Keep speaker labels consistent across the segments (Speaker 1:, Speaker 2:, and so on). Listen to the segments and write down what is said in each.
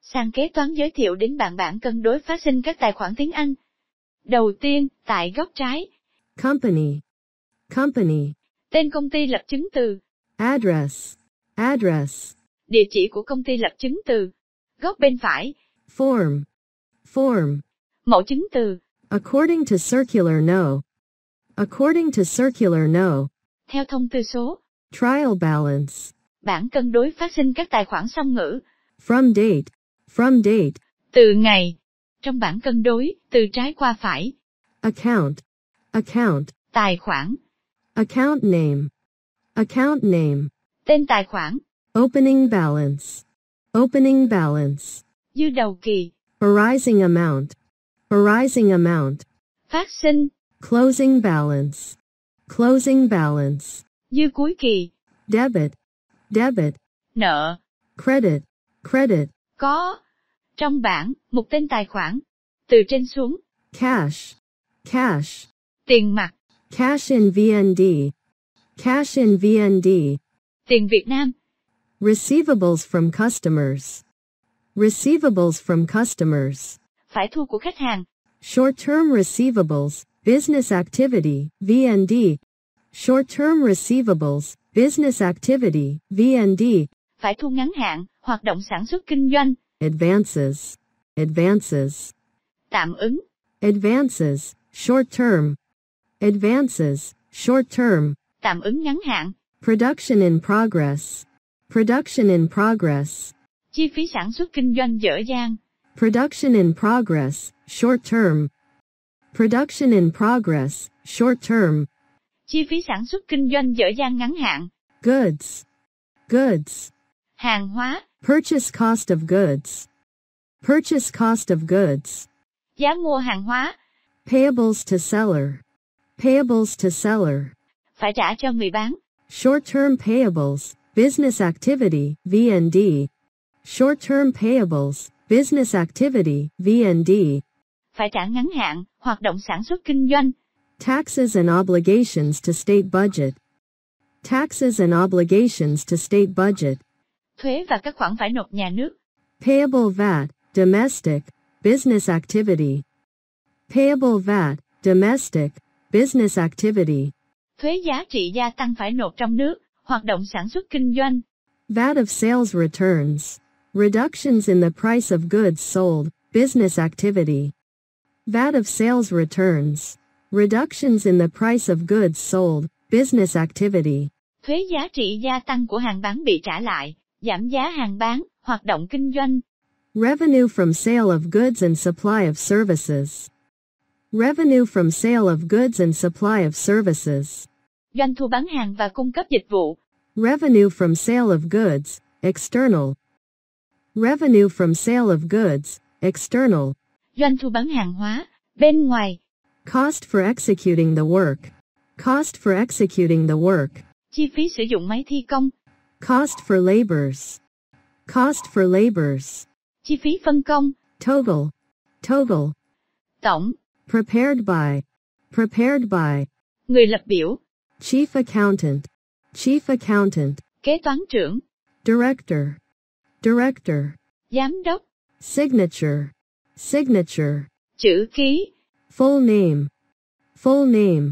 Speaker 1: sang kế toán giới thiệu đến bạn bản cân đối phát sinh các tài khoản tiếng Anh. Đầu tiên, tại góc trái,
Speaker 2: company, company,
Speaker 1: tên công ty lập chứng từ,
Speaker 2: address, address,
Speaker 1: địa chỉ của công ty lập chứng từ. Góc bên phải,
Speaker 2: form, form,
Speaker 1: mẫu chứng từ,
Speaker 2: according to circular no, according to circular no,
Speaker 1: theo thông tư số,
Speaker 2: trial balance,
Speaker 1: bản cân đối phát sinh các tài khoản song ngữ,
Speaker 2: from date, from date,
Speaker 1: từ ngày. Trong bảng cân đối, từ trái qua phải,
Speaker 2: account, account,
Speaker 1: tài khoản,
Speaker 2: account name, account name,
Speaker 1: tên tài khoản,
Speaker 2: opening balance, opening balance,
Speaker 1: dư đầu kỳ,
Speaker 2: arising amount, arising amount,
Speaker 1: phát sinh,
Speaker 2: closing balance, closing balance,
Speaker 1: dư cuối kỳ,
Speaker 2: debit, debit,
Speaker 1: nợ,
Speaker 2: credit, credit,
Speaker 1: có. Trong bảng, mục tên tài khoản, từ trên xuống,
Speaker 2: cash, cash,
Speaker 1: tiền mặt,
Speaker 2: cash in VND, cash in VND,
Speaker 1: tiền Việt Nam,
Speaker 2: receivables from customers, receivables from customers,
Speaker 1: phải thu của khách hàng,
Speaker 2: short-term receivables, business activity, VND, short-term receivables, business activity, VND,
Speaker 1: phải thu ngắn hạn, hoạt động sản xuất kinh doanh,
Speaker 2: advances, advances,
Speaker 1: tạm ứng,
Speaker 2: advances, short-term, advances, short-term,
Speaker 1: tạm ứng ngắn hạn,
Speaker 2: Production in progress. Production in progress.
Speaker 1: chi phí sản xuất kinh doanh dở dang,
Speaker 2: Production in progress. Short term. Production in progress. Short term.
Speaker 1: chi phí sản xuất kinh doanh dở dang ngắn hạn,
Speaker 2: Goods. Goods.
Speaker 1: hàng hóa,
Speaker 2: Purchase cost of goods. Purchase cost of goods.
Speaker 1: giá mua hàng hóa,
Speaker 2: Payables to seller. Payables to seller.
Speaker 1: phải trả cho người bán,
Speaker 2: Short term payables. Business activity. VND. Short term payables. Business activity. VND.
Speaker 1: phải trả ngắn hạn, hoạt động sản xuất kinh doanh,
Speaker 2: Taxes and obligations to state budget. Taxes and obligations to state budget.
Speaker 1: thuế và các khoản phải nộp nhà nước,
Speaker 2: Payable VAT, domestic, business activity. Payable VAT, domestic, business activity.
Speaker 1: thuế giá trị gia tăng phải nộp trong nước, hoạt động sản xuất kinh doanh,
Speaker 2: VAT of sales returns. Reductions in the price of goods sold, business activity. VAT of sales returns. Reductions in the price of goods sold, business activity.
Speaker 1: thuế giá trị gia tăng của hàng bán bị trả lại, giảm giá hàng bán, hoạt động kinh doanh,
Speaker 2: Revenue from sale of goods and supply of services. Revenue from sale of goods and supply of services.
Speaker 1: doanh thu bán hàng và cung cấp dịch vụ,
Speaker 2: Revenue from sale of goods, external. Revenue from sale of goods, external.
Speaker 1: doanh thu bán hàng hóa, bên ngoài,
Speaker 2: Cost for executing the work. Cost for executing the work.
Speaker 1: chi phí sử dụng máy thi công,
Speaker 2: Cost for labors. Cost for labors.
Speaker 1: chi phí phân công,
Speaker 2: Total. Total.
Speaker 1: tổng,
Speaker 2: Prepared by. Prepared by.
Speaker 1: người lập biểu,
Speaker 2: Chief Accountant. Chief Accountant.
Speaker 1: kế toán trưởng,
Speaker 2: Director. Director.
Speaker 1: giám đốc,
Speaker 2: Signature. Signature.
Speaker 1: chữ ký,
Speaker 2: Full name. Full name.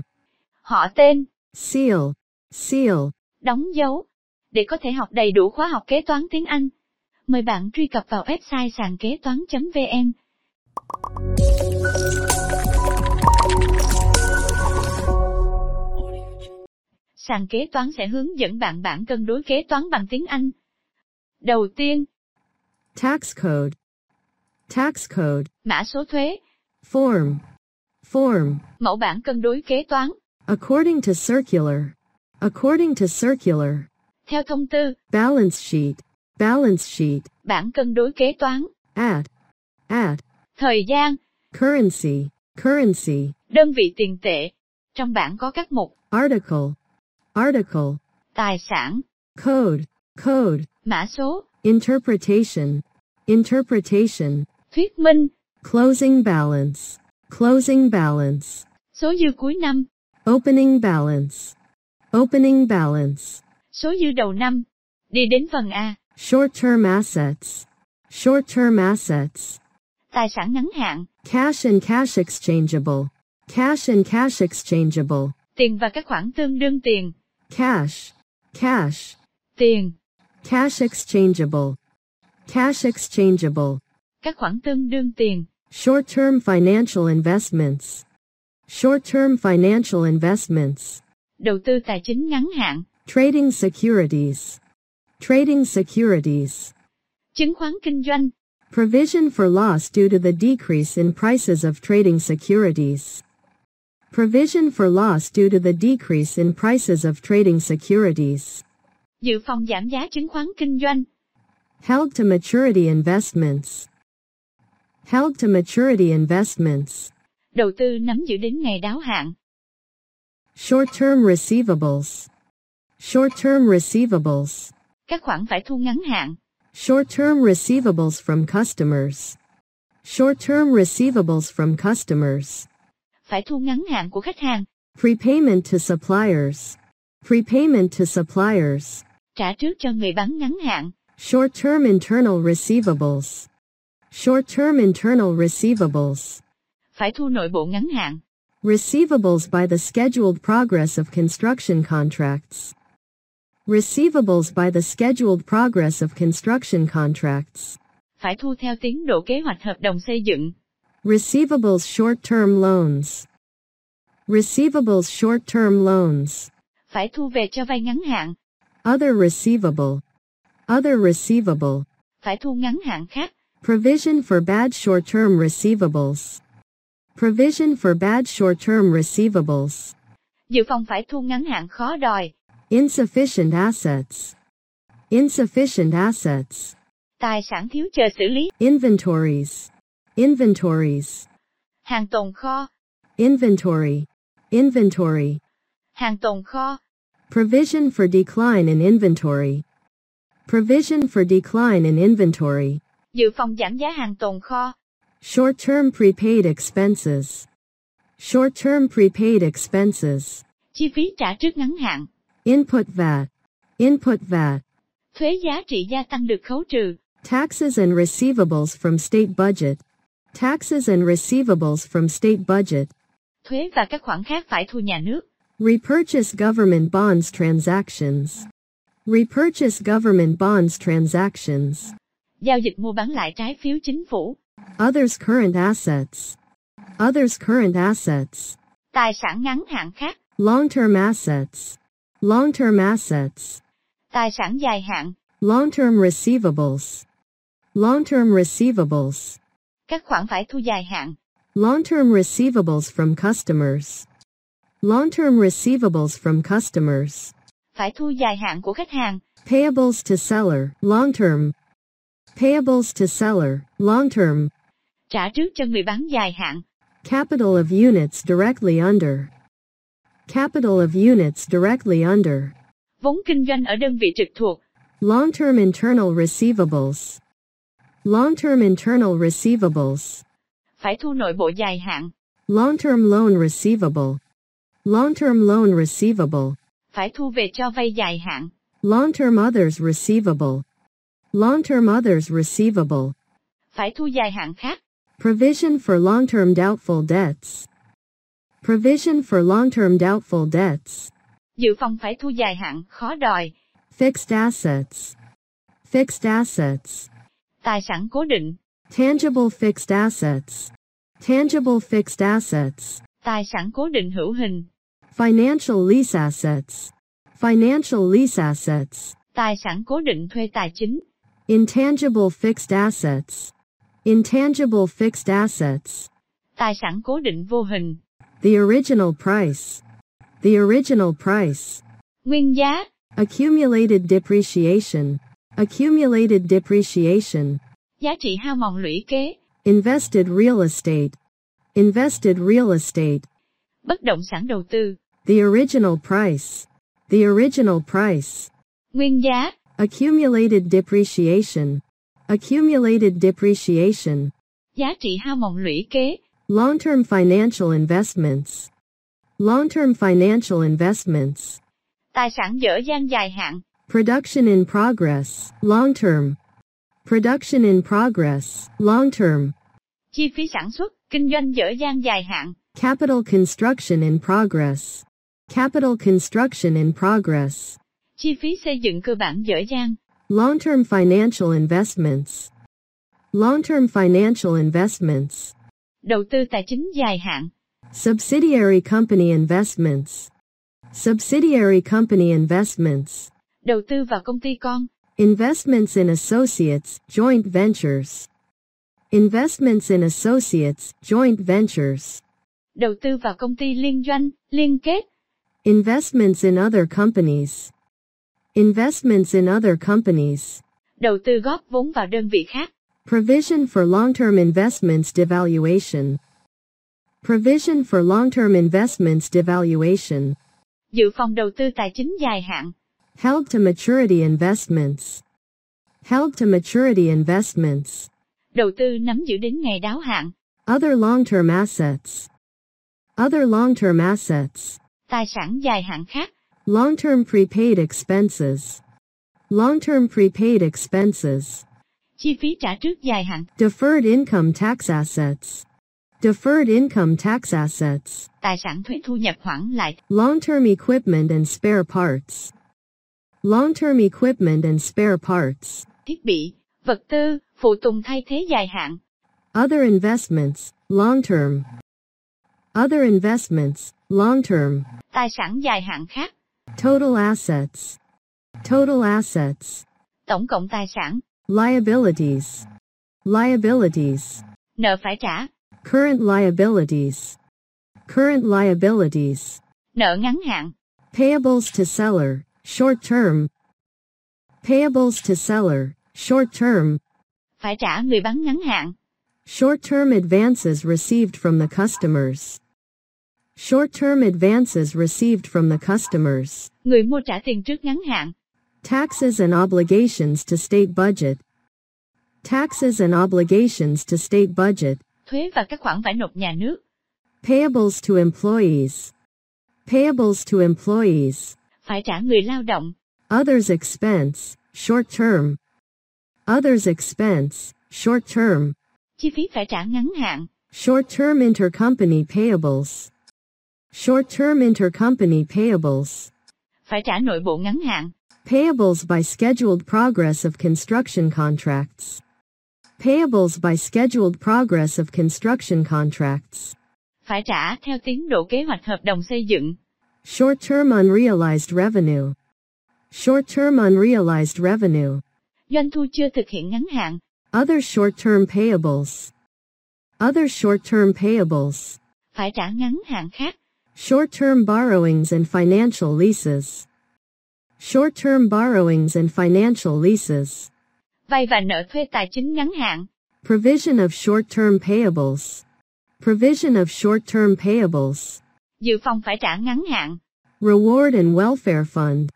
Speaker 1: họ tên,
Speaker 2: Seal. Seal.
Speaker 1: đóng dấu. Để có thể học đầy đủ khóa học kế toán tiếng Anh, mời bạn truy cập vào website sàn kế toán.vn. Sàn kế toán sẽ hướng dẫn bạn bản cân đối kế toán bằng tiếng Anh. Đầu tiên,
Speaker 2: Tax code. Tax code.
Speaker 1: mã số thuế,
Speaker 2: Form. Form.
Speaker 1: mẫu bản cân đối kế toán,
Speaker 2: According to circular. According to circular.
Speaker 1: theo thông tư,
Speaker 2: Balance sheet. Balance sheet.
Speaker 1: bản cân đối kế toán,
Speaker 2: At. At.
Speaker 1: thời gian,
Speaker 2: Currency. Currency.
Speaker 1: đơn vị tiền tệ. Trong bảng có các mục,
Speaker 2: Article. Article.
Speaker 1: tài sản,
Speaker 2: Code. Code.
Speaker 1: mã số,
Speaker 2: Interpretation. Interpretation.
Speaker 1: thuyết minh,
Speaker 2: Closing balance. Closing balance.
Speaker 1: số dư cuối năm,
Speaker 2: Opening balance. Opening balance.
Speaker 1: số dư đầu năm. Đi đến phần A,
Speaker 2: Short term assets. Short-term assets.
Speaker 1: Tài sản ngắn hạn,
Speaker 2: Cash and cash exchangeable. Cash and cash exchangeable.
Speaker 1: tiền và các khoản tương đương tiền,
Speaker 2: Cash. Cash.
Speaker 1: tiền,
Speaker 2: Cash exchangeable. Cash exchangeable.
Speaker 1: các khoản tương đương tiền,
Speaker 2: Short-term financial investments. Short-term financial investments.
Speaker 1: đầu tư tài chính ngắn hạn,
Speaker 2: Trading securities. Trading securities.
Speaker 1: chứng khoán kinh doanh,
Speaker 2: Provision for loss due to the decrease in prices of trading securities. Provision for loss due to the decrease in prices of trading securities.
Speaker 1: dự phòng giảm giá chứng khoán kinh doanh,
Speaker 2: Held to maturity investments. Held to maturity investments.
Speaker 1: đầu tư nắm giữ đến ngày đáo hạn,
Speaker 2: Short term receivables. Short term receivables.
Speaker 1: các khoản phải thu ngắn hạn,
Speaker 2: Short term receivables from customers. Short term receivables from customers.
Speaker 1: phải thu ngắn hạn của khách hàng,
Speaker 2: Prepayment to suppliers. Prepayment to suppliers.
Speaker 1: trả trước cho người bán ngắn hạn,
Speaker 2: Short term internal receivables. Short term internal receivables.
Speaker 1: phải thu nội bộ ngắn hạn,
Speaker 2: Receivables by the scheduled progress of construction contracts. Receivables by the scheduled progress of construction contracts.
Speaker 1: phải thu theo tiến độ kế hoạch hợp đồng xây dựng,
Speaker 2: Receivables short term loans. Receivables short term loans.
Speaker 1: phải thu về cho vay ngắn hạn,
Speaker 2: Other receivable. Other receivable.
Speaker 1: phải thu ngắn hạn khác,
Speaker 2: Provision for bad short term receivables. Provision for bad short term receivables.
Speaker 1: dự phòng phải thu ngắn hạn khó đòi,
Speaker 2: Insufficient assets. Insufficient assets.
Speaker 1: tài sản thiếu chờ xử lý,
Speaker 2: Inventories. Inventories.
Speaker 1: hàng tồn kho,
Speaker 2: Inventory. Inventory.
Speaker 1: hàng tồn kho,
Speaker 2: Provision for decline in inventory. Provision for decline in inventory.
Speaker 1: dự phòng giảm giá hàng tồn kho,
Speaker 2: Short term prepaid expenses. Short term prepaid expenses.
Speaker 1: chi phí trả trước ngắn hạn,
Speaker 2: Input VAT. Input VAT.
Speaker 1: thuế giá trị gia tăng được khấu trừ,
Speaker 2: Taxes and receivables from state budget. Taxes and receivables from state budget.
Speaker 1: thuế và các khoản khác phải thu nhà nước,
Speaker 2: Repurchase government bonds transactions. Repurchase government bonds transactions.
Speaker 1: giao dịch mua bán lại trái phiếu chính phủ,
Speaker 2: Others current assets. Others current assets.
Speaker 1: tài sản ngắn hạn khác,
Speaker 2: Long term assets. Long term assets.
Speaker 1: tài sản dài hạn,
Speaker 2: Long term receivables. Long term receivables.
Speaker 1: các khoản phải thu dài hạn,
Speaker 2: Long term receivables from customers. Long term receivables from customers.
Speaker 1: phải thu dài hạn của khách hàng,
Speaker 2: Payables to seller. Long term. Payables to seller. Long term.
Speaker 1: trả trước cho người bán dài hạn,
Speaker 2: Capital of units directly under. Capital of units directly under.
Speaker 1: vốn kinh doanh ở đơn vị trực thuộc,
Speaker 2: Long term internal receivables. Long term internal receivables.
Speaker 1: phải thu nội bộ dài hạn,
Speaker 2: Long term loan receivable. Long term loan receivable.
Speaker 1: phải thu về cho vay dài hạn,
Speaker 2: Long term others receivable. Long term others receivable.
Speaker 1: phải thu dài hạn khác,
Speaker 2: Provision for long term doubtful debts. Provision for long term doubtful debts.
Speaker 1: dự phòng phải thu dài hạn khó đòi,
Speaker 2: Fixed assets. Fixed assets.
Speaker 1: tài sản cố định,
Speaker 2: Tangible fixed assets. Tangible fixed assets.
Speaker 1: tài sản cố định hữu hình,
Speaker 2: Financial lease assets. Financial lease assets.
Speaker 1: tài sản cố định thuê tài chính,
Speaker 2: Intangible fixed assets. Intangible fixed assets.
Speaker 1: tài sản cố định vô hình,
Speaker 2: The original price. The original price.
Speaker 1: nguyên giá,
Speaker 2: Accumulated depreciation. Accumulated depreciation.
Speaker 1: giá trị hao mòn lũy kế,
Speaker 2: Invested real estate. Invested real estate.
Speaker 1: bất động sản đầu tư,
Speaker 2: The original price. The original price.
Speaker 1: nguyên giá,
Speaker 2: Accumulated depreciation. Accumulated depreciation.
Speaker 1: giá trị hao mòn lũy kế,
Speaker 2: Long term financial investments. Long term financial investments.
Speaker 1: tài sản dở dang dài hạn,
Speaker 2: Production in progress. Long term. Production in progress, long term.
Speaker 1: Chi phí sản xuất, kinh doanh dở dang dài hạn.
Speaker 2: Capital construction in progress. Capital construction in progress.
Speaker 1: Chi phí xây dựng cơ bản dở dang.
Speaker 2: Long term financial investments. Long term financial investments.
Speaker 1: Đầu tư tài chính dài hạn.
Speaker 2: Subsidiary company investments. Subsidiary company investments.
Speaker 1: Đầu tư vào công ty con.
Speaker 2: Investments in associates, joint ventures. Investments in associates, joint ventures.
Speaker 1: Đầu tư vào công ty liên doanh, liên kết.
Speaker 2: Investments in other companies. Investments in other companies.
Speaker 1: Đầu tư góp vốn vào đơn vị khác.
Speaker 2: Provision for long-term investments devaluation. Provision for long-term investments devaluation.
Speaker 1: Dự phòng đầu tư tài chính dài hạn.
Speaker 2: Held to maturity investments. Held to maturity investments.
Speaker 1: Đầu tư nắm giữ đến ngày đáo hạn.
Speaker 2: Other long-term assets. Other long-term assets.
Speaker 1: Tài sản dài hạn khác.
Speaker 2: Long-term prepaid expenses. Long-term prepaid expenses.
Speaker 1: Chi phí trả trước dài hạn.
Speaker 2: Deferred income tax assets. Deferred income tax assets.
Speaker 1: Tài sản thuế thu nhập hoãn lại.
Speaker 2: Long-term equipment and spare parts. Long-term equipment and spare parts.
Speaker 1: Thiết bị, vật tư, phụ tùng thay thế dài hạn.
Speaker 2: Other investments, long-term. Other investments, long-term.
Speaker 1: Tài sản dài hạn khác.
Speaker 2: Total assets. Total assets.
Speaker 1: Tổng cộng tài sản,
Speaker 2: Liabilities. Liabilities.
Speaker 1: nợ phải trả,
Speaker 2: Current liabilities. Current liabilities.
Speaker 1: nợ ngắn hạn,
Speaker 2: Payables to seller, short term. Payables to seller, short term.
Speaker 1: phải trả người bán ngắn hạn,
Speaker 2: Short term advances received from the customers. Short term advances received from the customers.
Speaker 1: người mua trả tiền trước ngắn hạn,
Speaker 2: Taxes and obligations to state budget. Taxes and obligations to state budget.
Speaker 1: thuế và các khoản phải nộp nhà nước,
Speaker 2: Payables to employees. Payables to employees.
Speaker 1: phải trả người lao động,
Speaker 2: Others expense, short term. Others expense, short term.
Speaker 1: chi phí phải trả ngắn hạn,
Speaker 2: Short term intercompany payables. Short term intercompany payables.
Speaker 1: phải trả nội bộ ngắn hạn,
Speaker 2: Payables by scheduled progress of construction contracts. Payables by scheduled progress of construction contracts.
Speaker 1: phải trả theo tiến độ kế hoạch hợp đồng xây dựng,
Speaker 2: Short term unrealized revenue. Short term unrealized revenue.
Speaker 1: doanh thu chưa thực hiện ngắn hạn,
Speaker 2: Other short term payables. Other short term payables.
Speaker 1: phải trả ngắn hạn khác,
Speaker 2: Short term borrowings and financial leases. Short term borrowings and financial leases.
Speaker 1: vay và nợ thuê tài chính ngắn hạn,
Speaker 2: Provision of short term payables. Provision of short term payables.
Speaker 1: dự phòng phải trả ngắn hạn,
Speaker 2: Reward and welfare fund.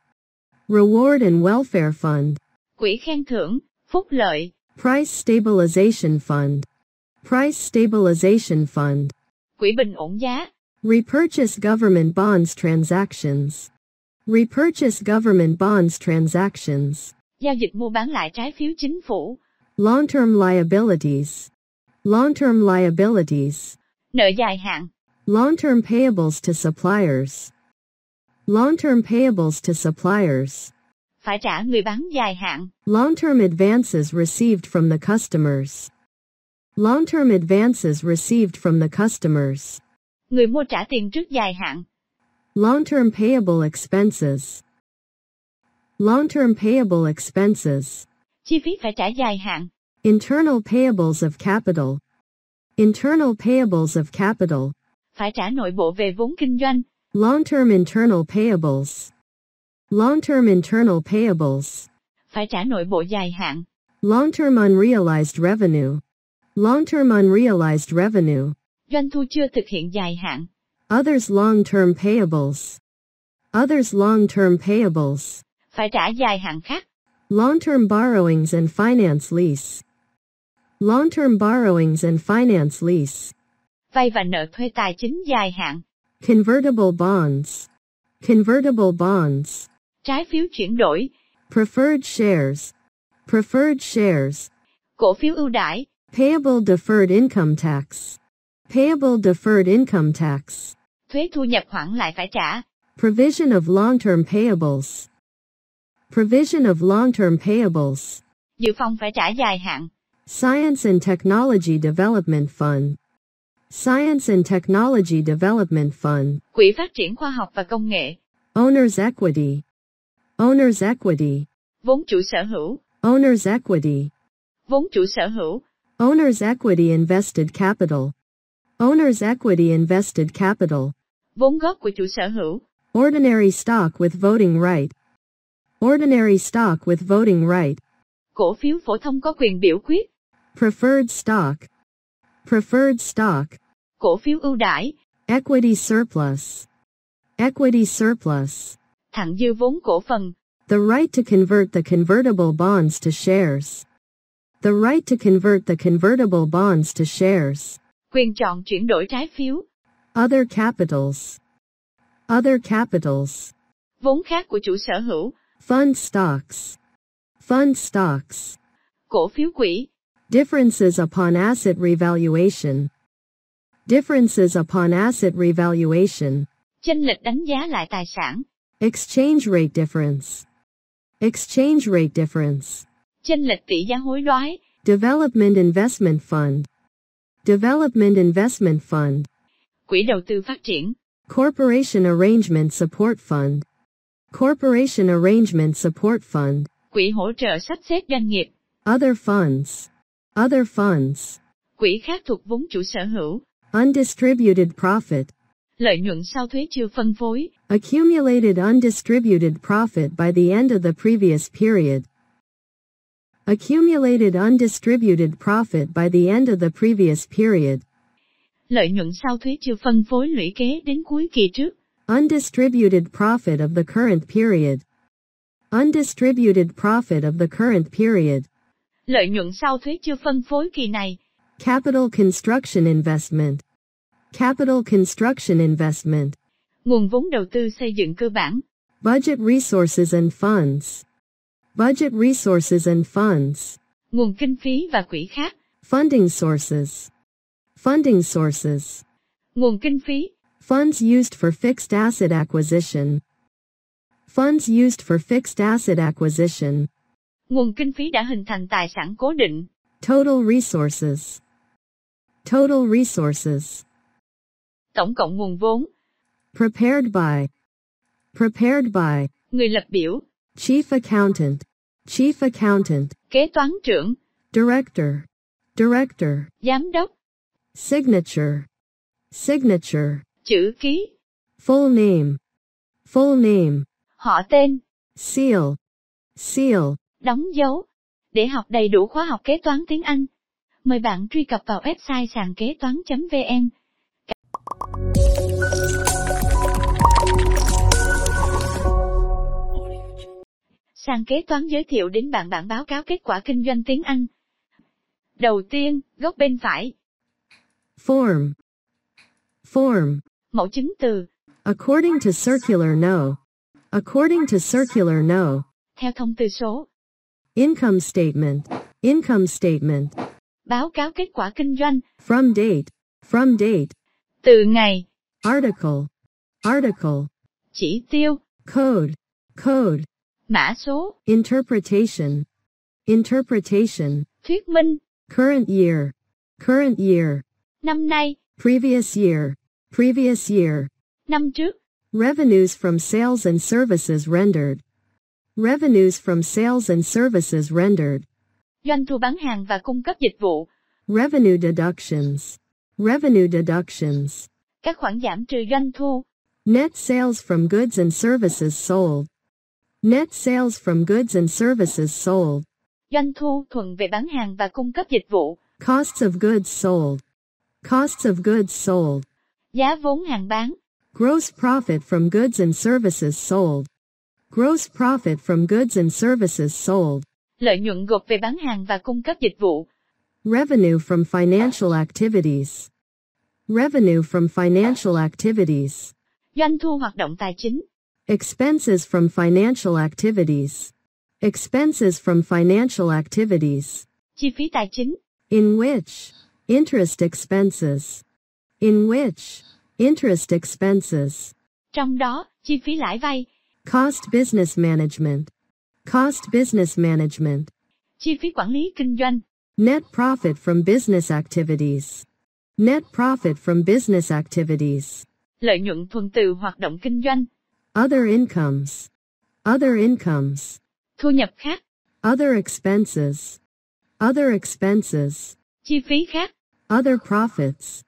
Speaker 2: Reward and welfare fund.
Speaker 1: quỹ khen thưởng, phúc lợi,
Speaker 2: Price Stabilization Fund. Price Stabilization Fund.
Speaker 1: quỹ bình ổn giá,
Speaker 2: Repurchase government bonds transactions. Repurchase government bonds transactions.
Speaker 1: giao dịch mua bán lại trái phiếu chính phủ,
Speaker 2: Long term liabilities. Long term liabilities.
Speaker 1: nợ dài hạn,
Speaker 2: Long term payables to suppliers. Long term payables to suppliers.
Speaker 1: phải trả người bán dài hạn,
Speaker 2: Long term advances received from the customers. Long term advances received from the customers.
Speaker 1: người mua trả tiền trước dài hạn,
Speaker 2: Long-term payable expenses. Long-term payable expenses.
Speaker 1: chi phí phải trả dài hạn,
Speaker 2: Internal payables of capital. Internal payables of capital.
Speaker 1: phải trả nội bộ về vốn kinh doanh,
Speaker 2: Long-term internal payables. Long-term internal payables.
Speaker 1: phải trả nội bộ dài hạn,
Speaker 2: Long-term unrealized revenue. Long-term unrealized revenue.
Speaker 1: doanh thu chưa thực hiện dài hạn,
Speaker 2: Others long-term payables. Others long-term payables.
Speaker 1: phải trả dài hạn khác,
Speaker 2: Long-term borrowings and finance lease. Long-term borrowings and finance lease.
Speaker 1: vay và nợ thuê tài chính dài hạn,
Speaker 2: Convertible bonds. Convertible bonds.
Speaker 1: trái phiếu chuyển đổi,
Speaker 2: Preferred shares. Preferred shares.
Speaker 1: cổ phiếu ưu đãi,
Speaker 2: Payable deferred income tax. Payable deferred income tax.
Speaker 1: thuế thu nhập khoản lại phải trả,
Speaker 2: Provision of long-term payables. Provision of long-term payables.
Speaker 1: dự phòng phải trả dài hạn,
Speaker 2: Science and Technology Development Fund. Science and Technology Development Fund.
Speaker 1: quỹ phát triển khoa học và công nghệ,
Speaker 2: Owner's equity. Owner's equity.
Speaker 1: vốn chủ sở hữu,
Speaker 2: Owner's equity.
Speaker 1: vốn chủ sở hữu,
Speaker 2: Owner's equity invested capital. Owner's equity invested capital.
Speaker 1: vốn góp của chủ sở hữu,
Speaker 2: Ordinary stock with voting right. Ordinary stock with voting right.
Speaker 1: cổ phiếu phổ thông có quyền biểu quyết,
Speaker 2: Preferred stock. Preferred stock.
Speaker 1: cổ phiếu ưu đãi,
Speaker 2: Equity surplus. Equity surplus.
Speaker 1: thặng dư vốn cổ phần,
Speaker 2: The right to convert the convertible bonds to shares. The right to convert the convertible bonds to shares.
Speaker 1: quyền chọn chuyển đổi trái phiếu,
Speaker 2: Other capitals. Other capitals.
Speaker 1: vốn khác của chủ sở hữu,
Speaker 2: Fund stocks. Fund stocks.
Speaker 1: cổ phiếu quỹ,
Speaker 2: Differences upon asset revaluation. Differences upon asset revaluation.
Speaker 1: chênh lệch đánh giá lại tài sản,
Speaker 2: Exchange rate difference. Exchange rate difference.
Speaker 1: chênh lệch tỷ giá hối đoái,
Speaker 2: Development investment fund. Development investment fund.
Speaker 1: quỹ đầu tư phát triển,
Speaker 2: Corporation arrangement support fund. Corporation arrangement support fund.
Speaker 1: quỹ hỗ trợ sắp xếp doanh nghiệp,
Speaker 2: Other funds. Other funds.
Speaker 1: quỹ khác thuộc vốn chủ sở hữu,
Speaker 2: Undistributed profit.
Speaker 1: lợi nhuận sau thuế chưa phân phối,
Speaker 2: Accumulated undistributed profit by the end of the previous period. Accumulated undistributed profit by the end of the previous period.
Speaker 1: lợi nhuận sau thuế chưa phân phối lũy kế đến cuối kỳ trước,
Speaker 2: Undistributed profit of the current period. Undistributed profit of the current period.
Speaker 1: lợi nhuận sau thuế chưa phân phối kỳ này,
Speaker 2: Capital construction investment. Capital construction investment.
Speaker 1: nguồn vốn đầu tư xây dựng cơ bản,
Speaker 2: Budget resources and funds. Budget resources and funds.
Speaker 1: nguồn kinh phí và quỹ khác,
Speaker 2: Funding sources. Funding sources.
Speaker 1: nguồn kinh phí,
Speaker 2: Funds used for fixed asset acquisition. Funds used for fixed asset acquisition.
Speaker 1: nguồn kinh phí đã hình thành tài sản cố định,
Speaker 2: Total resources. Total resources.
Speaker 1: tổng cộng nguồn vốn,
Speaker 2: Prepared by. Prepared by.
Speaker 1: người lập biểu,
Speaker 2: Chief accountant. Chief accountant.
Speaker 1: kế toán trưởng,
Speaker 2: Director. Director.
Speaker 1: giám đốc,
Speaker 2: Signature. Signature.
Speaker 1: chữ ký,
Speaker 2: Full name. Full name.
Speaker 1: họ tên,
Speaker 2: Seal. Seal.
Speaker 1: đóng dấu. Để học đầy đủ khóa học kế toán tiếng Anh, mời bạn truy cập vào website sàn kế toán.vn. Sàn kế toán giới thiệu đến bạn bản báo cáo kết quả kinh doanh tiếng Anh. Đầu tiên, góc bên phải,
Speaker 2: Form. Form.
Speaker 1: mẫu chứng từ,
Speaker 2: According to circular no. According to circular no.
Speaker 1: theo thông tư số,
Speaker 2: Income statement. Income statement.
Speaker 1: báo cáo kết quả kinh doanh,
Speaker 2: From date. From date.
Speaker 1: từ ngày,
Speaker 2: Article. Article.
Speaker 1: chỉ tiêu,
Speaker 2: Code. Code.
Speaker 1: mã số,
Speaker 2: Interpretation. Interpretation.
Speaker 1: thuyết minh,
Speaker 2: Current year. Current year.
Speaker 1: năm nay,
Speaker 2: Previous year. Previous year.
Speaker 1: năm trước,
Speaker 2: Revenues from sales and services rendered. Revenues from sales and services rendered.
Speaker 1: doanh thu bán hàng và cung cấp dịch vụ,
Speaker 2: Revenue deductions. Revenue deductions.
Speaker 1: các khoản giảm trừ doanh thu,
Speaker 2: Net sales from goods and services sold. Net sales from goods and services sold.
Speaker 1: doanh thu thuần về bán hàng và cung cấp dịch vụ,
Speaker 2: Costs of goods sold. Costs of goods sold.
Speaker 1: giá vốn hàng bán,
Speaker 2: Gross profit from goods and services sold. Gross profit from goods and services sold.
Speaker 1: lợi nhuận gộp về bán hàng và cung cấp dịch vụ,
Speaker 2: Revenue from financial activities. Revenue from financial activities.
Speaker 1: doanh thu hoạt động tài chính,
Speaker 2: Expenses from financial activities. Expenses from financial activities.
Speaker 1: chi phí tài chính,
Speaker 2: in which interest expenses in which interest expenses
Speaker 1: trong đó, chi phí lãi vay,
Speaker 2: cost business management cost business management
Speaker 1: chi phí quản lý kinh doanh,
Speaker 2: net profit from business activities net profit from business activities
Speaker 1: lợi nhuận thuần từ hoạt động kinh doanh,
Speaker 2: other incomes other incomes
Speaker 1: thu nhập khác,
Speaker 2: other expenses other expenses
Speaker 1: chi phí khác,
Speaker 2: other profits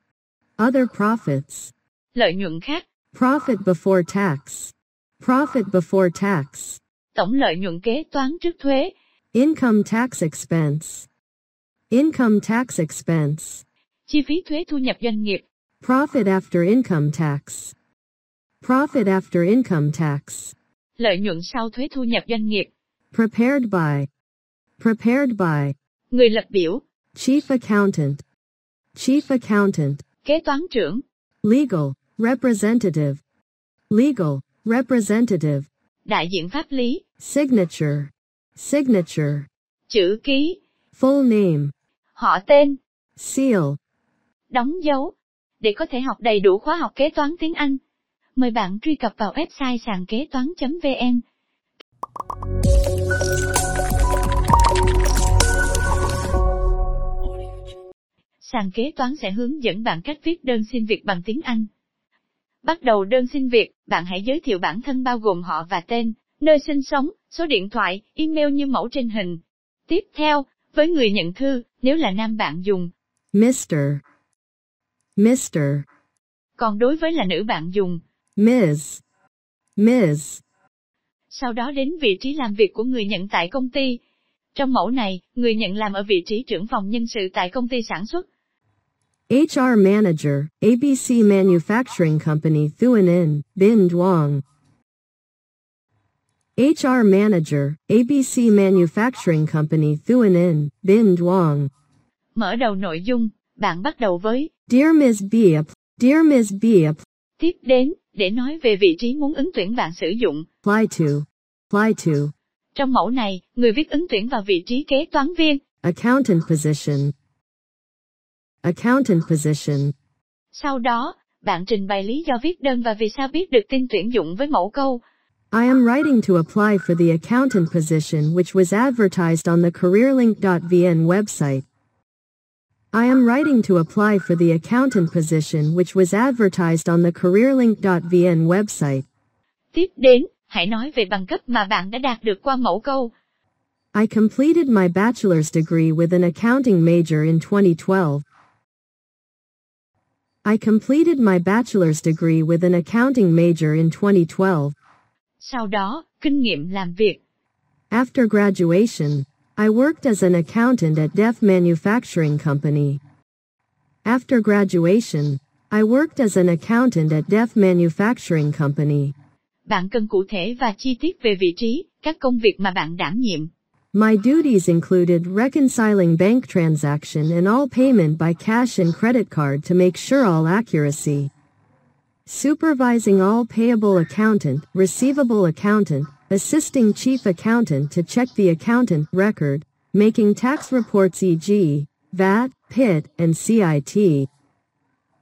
Speaker 2: other profits
Speaker 1: lợi nhuận khác,
Speaker 2: profit before tax profit before tax
Speaker 1: tổng lợi nhuận kế toán trước thuế,
Speaker 2: income tax expense income tax expense
Speaker 1: chi phí thuế thu nhập doanh nghiệp,
Speaker 2: Profit after income tax. Profit after income tax.
Speaker 1: lợi nhuận sau thuế thu nhập doanh nghiệp,
Speaker 2: Prepared by. Prepared by.
Speaker 1: người lập biểu,
Speaker 2: Chief accountant. Chief accountant.
Speaker 1: kế toán trưởng,
Speaker 2: Legal. Representative. Legal. Representative.
Speaker 1: đại diện pháp lý,
Speaker 2: Signature. Signature.
Speaker 1: chữ ký,
Speaker 2: Full name.
Speaker 1: họ tên,
Speaker 2: Seal.
Speaker 1: đóng dấu. Để có thể học đầy đủ khóa học kế toán tiếng Anh, mời bạn truy cập vào website sàn kế toán.vn. Sàn kế toán sẽ hướng dẫn bạn cách viết đơn xin việc bằng tiếng Anh. Bắt đầu đơn xin việc, bạn hãy giới thiệu bản thân bao gồm họ và tên, nơi sinh sống, số điện thoại, email như mẫu trên hình. Tiếp theo, với người nhận thư, nếu là nam bạn dùng
Speaker 2: Mr. Mr.
Speaker 1: còn đối với là nữ bạn dùng,
Speaker 2: Ms. Ms.
Speaker 1: sau đó đến vị trí làm việc của người nhận tại công ty. Trong mẫu này, người nhận làm ở vị trí trưởng phòng nhân sự tại công ty sản xuất.
Speaker 2: HR Manager, ABC Manufacturing Company Thuan In, Bin Duong. HR Manager, ABC Manufacturing Company Thuan In, Bin Duong.
Speaker 1: Mở đầu nội dung, bạn bắt đầu với,
Speaker 2: Dear Ms. B. app- Dear Ms. B. app-
Speaker 1: tiếp đến, để nói về vị trí muốn ứng tuyển bạn sử dụng.
Speaker 2: Apply to. Apply to.
Speaker 1: Trong mẫu này, người viết ứng tuyển vào vị trí kế toán viên.
Speaker 2: Accountant position. Accountant position.
Speaker 1: Sau đó, bạn trình bày lý do viết đơn và vì sao biết được tin tuyển dụng với mẫu câu.
Speaker 2: I am writing to apply for the accountant position which was advertised on the careerlink.vn website. I am writing to apply for the accountant position which was advertised on the careerlink.vn website.
Speaker 1: Tiếp đến, hãy nói về bằng cấp mà bạn đã đạt được qua mẫu câu.
Speaker 2: I completed my bachelor's degree with an accounting major in 2012. I completed my bachelor's degree with an accounting major in 2012.
Speaker 1: Sau đó, kinh nghiệm làm việc.
Speaker 2: After graduation, I worked as an accountant at Def Manufacturing Company. After graduation, I worked as an accountant at Def Manufacturing Company.
Speaker 1: Bạn cần cụ thể và chi tiết về vị trí, các công việc mà bạn đảm nhiệm.
Speaker 2: My duties included reconciling bank transaction and all payment by cash and credit card to make sure all accuracy. Supervising all payable accountant, receivable accountant, assisting chief accountant to check the accountant record, making tax reports e e.g., VAT, PIT, and CIT.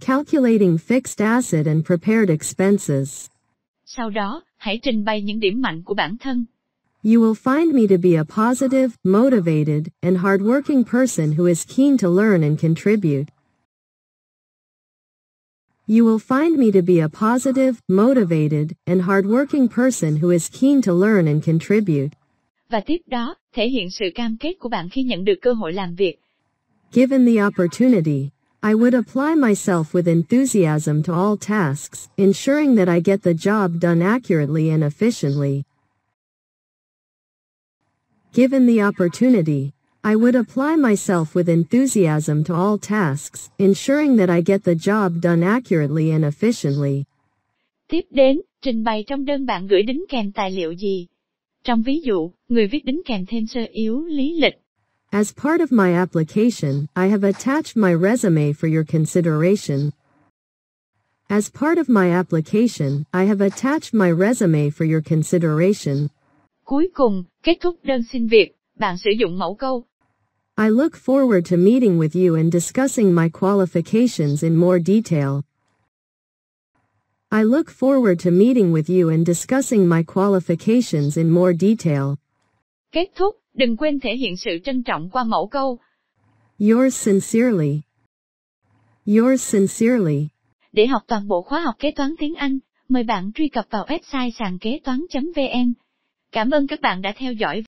Speaker 2: Calculating fixed asset and prepared expenses.
Speaker 1: Sau đó, hãy trình bày những điểm mạnh của bản thân.
Speaker 2: You will find me to be a positive, motivated, and hardworking person who is keen to learn and contribute. You will find me to be a positive, motivated, and hardworking person who is keen to learn and contribute.
Speaker 1: Và tiếp đó, thể hiện sự cam kết của bạn khi nhận được cơ hội làm việc.
Speaker 2: Given the opportunity, I would apply myself with enthusiasm to all tasks, ensuring that I get the job done accurately and efficiently. Given the opportunity, I would apply myself with enthusiasm to all tasks, ensuring that I get the job done accurately and efficiently.
Speaker 1: Tiếp đến, trình bày trong đơn bạn gửi đính kèm tài liệu gì. Trong ví dụ, người viết đính kèm thêm sơ yếu lý lịch.
Speaker 2: As part of my application, I have attached my resume for your consideration. As part of my application, I have attached my resume for your consideration.
Speaker 1: Cuối cùng, kết thúc đơn xin việc, bạn sử dụng mẫu câu.
Speaker 2: I look forward to meeting with you and discussing my qualifications in more detail. I look forward to meeting with you and discussing my qualifications in more detail.
Speaker 1: Kết thúc, đừng quên thể hiện sự trân trọng qua mẫu câu.
Speaker 2: Yours sincerely. Yours sincerely.
Speaker 1: Để học toàn bộ khóa học kế toán tiếng Anh, mời bạn truy cập vào website sàn kế toán.vn. Cảm ơn các bạn đã theo dõi